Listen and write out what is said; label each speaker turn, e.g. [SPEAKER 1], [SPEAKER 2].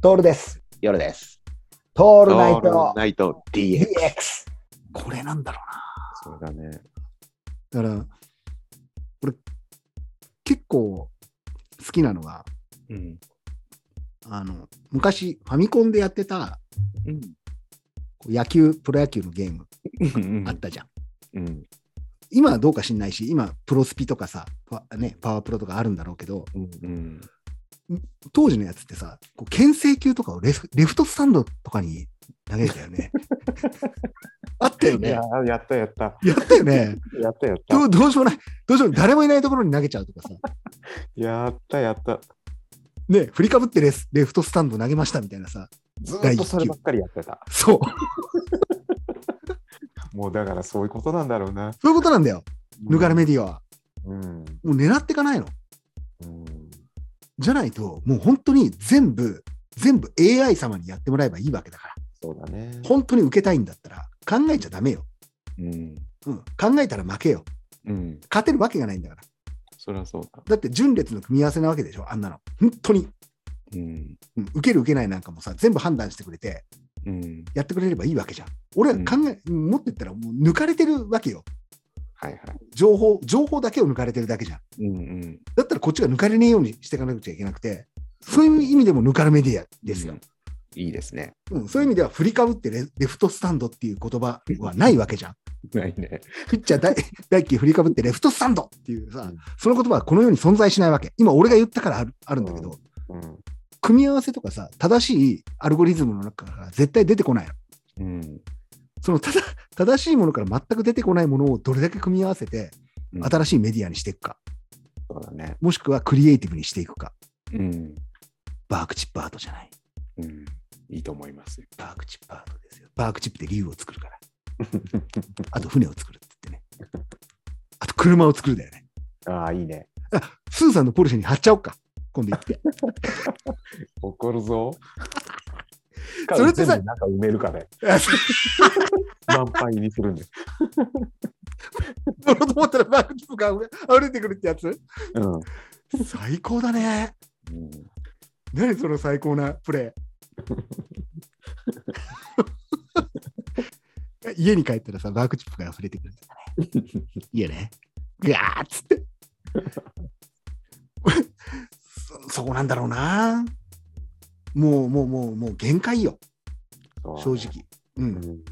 [SPEAKER 1] トールです。
[SPEAKER 2] 夜です。
[SPEAKER 1] ト
[SPEAKER 2] オ
[SPEAKER 1] ールナイト
[SPEAKER 2] ナイト DX。
[SPEAKER 1] DX。これなんだろ
[SPEAKER 2] それだね。
[SPEAKER 1] うな。だから、俺、結構好きなのが、
[SPEAKER 2] うん。
[SPEAKER 1] あの、昔、ファミコンでやってた
[SPEAKER 2] うん。
[SPEAKER 1] こう野球、プロ野球のゲーム
[SPEAKER 2] うん
[SPEAKER 1] あったじゃん。
[SPEAKER 2] うん。
[SPEAKER 1] 今はどうか知んないし、今、プロスピとかさ、パ,、ね、パワープロとかあるんだろうけど、
[SPEAKER 2] うん。
[SPEAKER 1] 当時のやつってさ、こう牽制球とかをレフレフトスタンドとかに投げてたよ ね。あったよ
[SPEAKER 2] い
[SPEAKER 1] ね
[SPEAKER 2] や。ー、やったやった。
[SPEAKER 1] やったよね。
[SPEAKER 2] やったやった
[SPEAKER 1] ど。うどうしようもない。どうしようもない。誰もいないところに投げちゃうとかさ。
[SPEAKER 2] やったやった。
[SPEAKER 1] ね、振りかぶってレスレフトスタンド投げましたみたいなさ、
[SPEAKER 2] ずーっとそればっかりやってた。
[SPEAKER 1] そう、
[SPEAKER 2] もうだからそういうことなんだろうな。
[SPEAKER 1] そういうことなんだよ、ヌガルメディアは。
[SPEAKER 2] うん。
[SPEAKER 1] もう狙っていかないの。
[SPEAKER 2] うん。
[SPEAKER 1] じゃないと、もう本当に全部、全部 AI 様にやってもらえばいいわけだから、
[SPEAKER 2] そうだね。
[SPEAKER 1] 本当に受けたいんだったら、考えちゃダメよ。
[SPEAKER 2] うん。
[SPEAKER 1] うん、考えたら負けよ。
[SPEAKER 2] うん。
[SPEAKER 1] 勝てるわけがないんだから。
[SPEAKER 2] そりゃそうだ。
[SPEAKER 1] だって順列の組み合わせなわけでしょ、あんなの。本当に。
[SPEAKER 2] うん。
[SPEAKER 1] うん、受ける受けないなんかもさ、全部判断してくれて、
[SPEAKER 2] うん。
[SPEAKER 1] やってくれればいいわけじゃん。俺は考え、持ってったら、もう抜かれてるわけよ。
[SPEAKER 2] はいは
[SPEAKER 1] 情報、情報だけを抜かれてるだけじゃん。
[SPEAKER 2] い。うんうん。
[SPEAKER 1] だったらこっちが抜かれねえようにしていかなくちゃいけなくて、そういう意味でも抜かるメディアですよ。。
[SPEAKER 2] いいですね。
[SPEAKER 1] うんそういう意味では、振りかぶってレレフトスタンドっていう言葉はないわけじゃん。
[SPEAKER 2] ないね。
[SPEAKER 1] ピッチャー大 大輝振りかぶってレフトスタンドっていうさ、
[SPEAKER 2] うん
[SPEAKER 1] その言葉はこの世に存在しないわけ。今、俺が言ったからあるあるんだけど、
[SPEAKER 2] うん。
[SPEAKER 1] 組み合わせとかさ、正しいアルゴリズムの中から絶対出てこないの。
[SPEAKER 2] うん。
[SPEAKER 1] そのただ正しいものから全く出てこないものをどれだけ組み合わせて、
[SPEAKER 2] うん
[SPEAKER 1] 新しいメディアにしていくか、
[SPEAKER 2] そうだね。
[SPEAKER 1] もしくはクリエイティブにしていくか、
[SPEAKER 2] うん。
[SPEAKER 1] バークチップアートじゃない。
[SPEAKER 2] うん。いいと思い ますよ。
[SPEAKER 1] バークチップアートですよ。バークチップで竜を作るから。あと船を作るって言ってね。あと車を作るだよね。
[SPEAKER 2] ああ、いいね。
[SPEAKER 1] あ、スーさんのポルシェに貼っちゃおうか。今度行って。
[SPEAKER 2] 怒るぞ。
[SPEAKER 1] それってさ
[SPEAKER 2] 全部中埋めるかで、
[SPEAKER 1] あそう
[SPEAKER 2] 満杯にするんです。
[SPEAKER 1] 乗ろうと思ったらバークチップが溢れてくるってやつ
[SPEAKER 2] うん。う
[SPEAKER 1] 最高だね。
[SPEAKER 2] ん、
[SPEAKER 1] 何その最高なプレイ。家に帰ったらさ、バークチップが溢れてくるんだね。いいよね。ガーッつって。そそうなんだろうな。もうもうもうもう限界よ。
[SPEAKER 2] そう
[SPEAKER 1] 正直。う。
[SPEAKER 2] うんん